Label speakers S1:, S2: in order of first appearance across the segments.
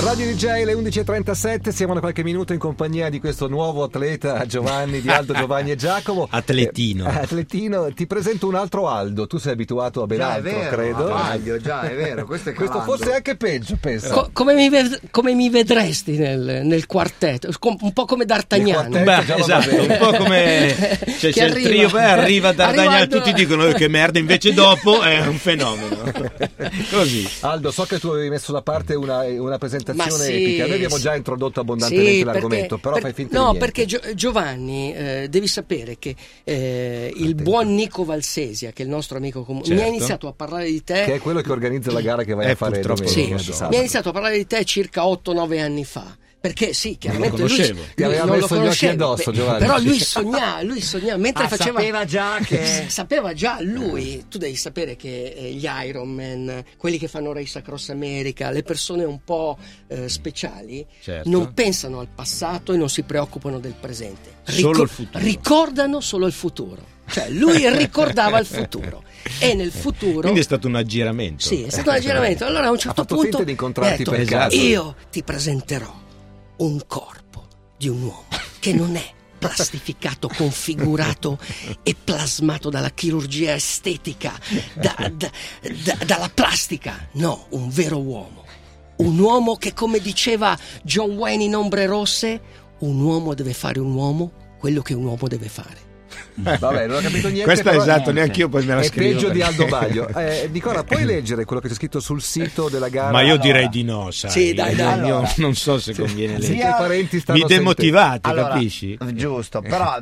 S1: Radio DJ alle 11.37, siamo da qualche minuto in compagnia di questo nuovo atleta Giovanni di Aldo Giovanni e Giacomo.
S2: Atletino.
S1: Eh, atletino, ti presento un altro Aldo, tu sei abituato a ben
S3: Già, è
S1: altro,
S3: vero,
S1: credo.
S3: Amalio, già, è vero, questo è
S1: Questo
S3: calando.
S1: forse è anche peggio, penso.
S4: Co- come, mi ved- come mi vedresti nel, nel quartetto? Com- un po' come
S1: Il
S4: D'Artagnan.
S1: quartetto.
S2: Beh,
S1: già lo
S2: esatto,
S1: vabbè.
S2: un po' come cioè,
S4: Che
S2: c'è il
S4: arriva.
S2: trio, beh, arriva D'Artagnan,
S4: Arrivando-
S2: tutti dicono "Eh, che merda, invece dopo è un fenomeno. Così.
S1: Aldo, so che tu avevi messo da parte una, una presentazione
S4: Ma sì,
S1: epica. Noi abbiamo
S4: sì.
S1: già introdotto abbondantemente
S4: Sì,
S1: l'argomento,
S4: perché-
S1: però
S4: per-
S1: fai finta
S4: No,
S1: di niente.
S4: perché Gio- Giovanni, eh, devi sapere che eh, il
S1: Attento.
S4: buon Nico Valsesia, che è il nostro amico comune, mi ha
S2: Certo.
S4: iniziato a parlare di te.
S1: Che è quello che organizza la gara che vai
S2: Eh,
S1: a fare
S2: purtroppo
S1: domenica.
S4: Sì,
S2: lo so.
S1: sabato.
S4: mi ha iniziato a parlare di te circa 8-9 anni fa. Perché sì, chiaramente lui,
S2: conoscevo.
S4: lui
S1: Ti aveva
S4: non lo
S1: messo gli occhi
S4: conoscevo,
S1: addosso,
S4: pe-
S1: Giovanni.
S4: Però lui sognava, lui sognava mentre
S3: Ah,
S4: faceva
S3: sapeva già che-
S4: sapeva già lui, tu devi sapere che eh, gli Ironman, eh, quelli che fanno Race Across America, le persone un po' eh, speciali
S2: Certo.
S4: non pensano al passato e non si preoccupano del presente.
S2: Solo il futuro.
S4: Ricordano solo il futuro. Cioè lui ricordava il futuro e nel futuro
S2: Quindi è stato un aggiramento.
S4: sì, è stato un aggiramento. Allora a un
S1: Eh,
S4: certo
S1: Ha fatto
S4: punto
S1: finta di incontrarti
S4: ha detto,
S1: per
S2: caso.
S4: Io ti presenterò un corpo di un uomo che non è plastificato, configurato e plasmato dalla chirurgia estetica, da- da- da- dalla plastica. No, un vero uomo. Un uomo che, come diceva John Wayne in Ombre Rosse, un uomo deve fare un uomo quello che un uomo deve fare.
S1: Vabbè, non ho capito niente.
S2: Questa è
S1: però-
S2: esatto, neanche io poi me la
S1: È
S2: scrivo.
S1: peggio di
S2: perché-
S1: Aldo Baglio. Eh, Nicola, puoi leggere quello che c'è scritto sul sito della gara?
S2: Ma io
S1: Allora,
S2: direi di no, sai.
S4: Sì, dai, dai,
S2: Io- io
S3: allora.
S2: non so se conviene
S1: sì,
S2: leggere.
S1: i parenti stanno
S2: Mi demotivate, capisci?
S3: Giusto, però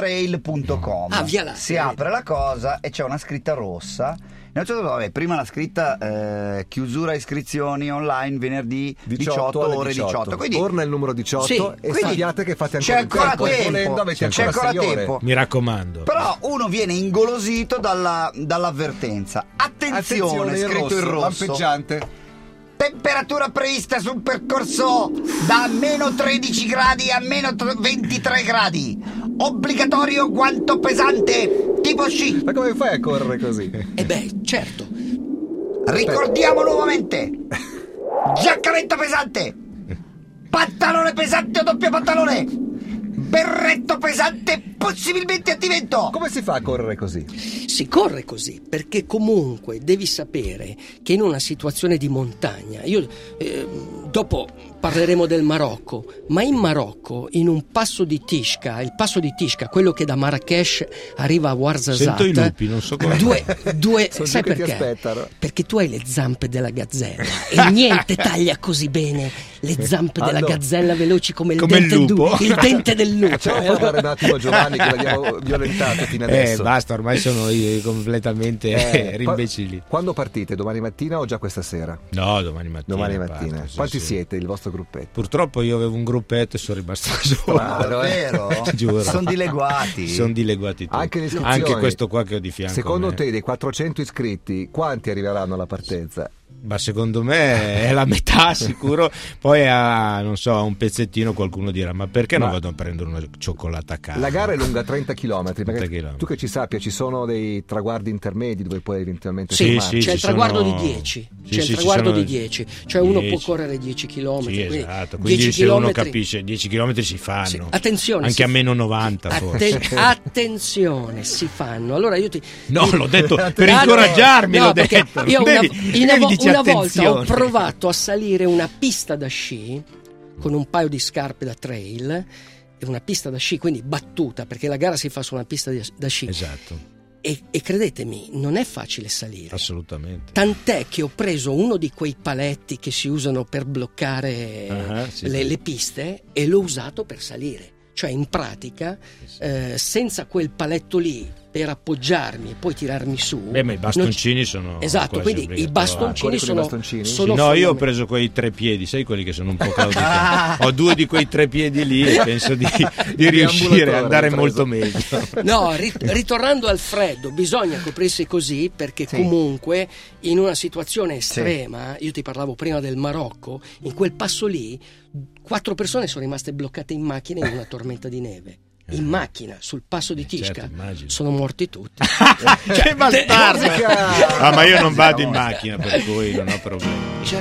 S3: vialatteatrail.com
S4: Ah, Via Lattea.
S3: si apre la cosa e c'è una scritta rossa. E a un certo punto, vabbè, prima la scritta eh, chiusura iscrizioni online venerdì 18,
S1: alle
S3: ore 18. Quindi
S1: torna il numero 18
S4: Sì,
S1: e
S3: quindi
S1: sappiate che fate
S3: c'è
S1: ancora, il tempo,
S3: ancora
S1: e
S3: tempo.
S1: volendo avete
S3: C'è
S1: ancora
S3: ancora
S1: sei ore.
S3: tempo.
S2: Mi raccomando.
S3: Però uno viene ingolosito dalla- dall'avvertenza. Attenzione,
S1: Attenzione,
S3: è
S1: il
S3: scritto in
S1: rosso,
S3: rosso.
S1: lampeggiante.
S3: Temperatura prevista sul percorso da meno 13 gradi a meno tre- 23 gradi. Obbligatorio guanto pesante, tipo sci.
S1: Ma come fai a correre così?
S4: E beh, certo,
S3: Ricordiamo nuovamente. Giaccamento pesante. Pantalone pesante o doppio pantalone. Berretto pesante, possibilmente attivento.
S1: Come si fa a correre così?
S4: Si corre così perché comunque devi sapere che in una situazione di montagna, io eh, dopo parleremo del Marocco, ma in Marocco in un passo di Tishka, il passo di Tishka, quello che da Marrakesh arriva a Ouarzazate,
S2: Sento i lupi, non so come.
S4: due, due
S1: Sono
S4: sai
S1: giù che ti
S4: perché?
S1: aspettano.
S4: Perché tu hai le zampe della gazzella e niente taglia così bene le zampe della
S1: Allora,
S4: gazzella veloci come il
S2: come il
S4: dente du-
S2: lupo. Ah,
S4: il dente
S1: Eh,
S4: del lupo.
S1: Facciamo parlare un attimo Giovanni che l'abbiamo violentato fino adesso.
S2: Eh, basta, ormai sono eh, completamente
S1: Eh,
S2: rimbecilli.
S1: qua- Quando partite? Domani mattina o già questa sera?
S2: No, domani mattina.
S1: Domani
S2: parto,
S1: mattina.
S2: sì,
S1: Quanti
S2: sì.
S1: siete il vostro gruppetto?
S2: Purtroppo io avevo un gruppetto e sono rimasto solo.
S1: Ah, davvero?
S2: Giuro.
S3: Sono dileguati.
S2: Sono dileguati tutti.
S1: Anche le iscrizioni.
S2: Anche questo qua che ho di fianco. a
S1: Secondo
S2: me.
S1: te dei 400 iscritti, quanti arriveranno alla partenza?
S2: Ma secondo me è la metà sicuro. Poi a, non so, a un pezzettino qualcuno dirà "Ma perché non
S1: Ma-
S2: vado a prendere una cioccolata a casa?"
S1: La gara è lunga 30 km,
S2: 30 Ah. chilometri.
S1: tu che ci sappia, ci sono dei traguardi intermedi dove puoi eventualmente
S4: Sì,
S1: fermarti.
S4: c'è il
S2: ci
S4: traguardo
S2: sono-
S4: di
S2: Sì,
S4: 10 c'è
S2: sì,
S4: il
S2: ci
S4: traguardo
S2: sono
S4: di 10 cioè uno
S2: 10.
S4: può correre 10 km
S2: Sì, esatto. Quindi
S4: 10
S2: se uno
S4: chilometri-
S2: capisce 10 km si fanno.
S4: Sì, attenzione
S2: Anche
S4: si-
S2: a meno 90
S4: Atten-
S2: forse.
S4: attenzione si fanno allora io ti
S2: No,
S4: io-
S2: l'ho detto per
S4: Ah, no.
S2: incoraggarmi,
S4: No,
S2: l'ho
S4: perché
S2: detto.
S4: io una,
S2: Devi-
S4: una
S2: devi
S4: vo-
S2: dirci
S4: una volta ho
S2: attenzione.
S4: provato a salire una pista da sci con un paio di scarpe da trail e una pista da sci quindi battuta perché la gara si fa su una pista di- da sci
S2: Esatto,
S4: e, e credetemi non è facile salire
S2: assolutamente.
S4: Tant'è che ho preso uno di quei paletti che si usano per bloccare
S2: Ah, sì,
S4: le,
S2: sì.
S4: le piste e l'ho usato per salire. Cioè, in pratica, eh, senza quel paletto lì per appoggiarmi e poi tirarmi su.
S2: Beh, ma i bastoncini
S4: non ci-
S2: sono
S4: Esatto,
S2: quasi
S4: quindi i
S2: obbligatori.
S4: bastoncini
S1: Ah, quelli con i
S4: sono.
S1: bastoncini?
S2: Sì, no,
S4: sono
S2: io ho
S4: fondamentali.
S2: preso quei tre piedi, sai quelli che sono un po' claudicati. ho due di quei tre piedi lì e penso di, di
S1: Di
S2: riuscire
S1: ambulatore
S2: ad andare
S1: hai preso.
S2: molto meglio.
S4: esatto. No, ri- ritornando al freddo, bisogna coprirsi così perché
S3: Sì.
S4: comunque in una situazione estrema, io ti parlavo prima del Marocco, in quel passo lì quattro persone sono rimaste bloccate in macchina in una tormenta di neve. In macchina, sul passo di
S2: Eh, certo,
S4: Tishka,
S2: immagino.
S4: sono morti tutti.
S2: che bastardo!
S1: Musica!
S2: Ah, ma io non vado in macchina, per cui non ho problemi.
S4: Cioè,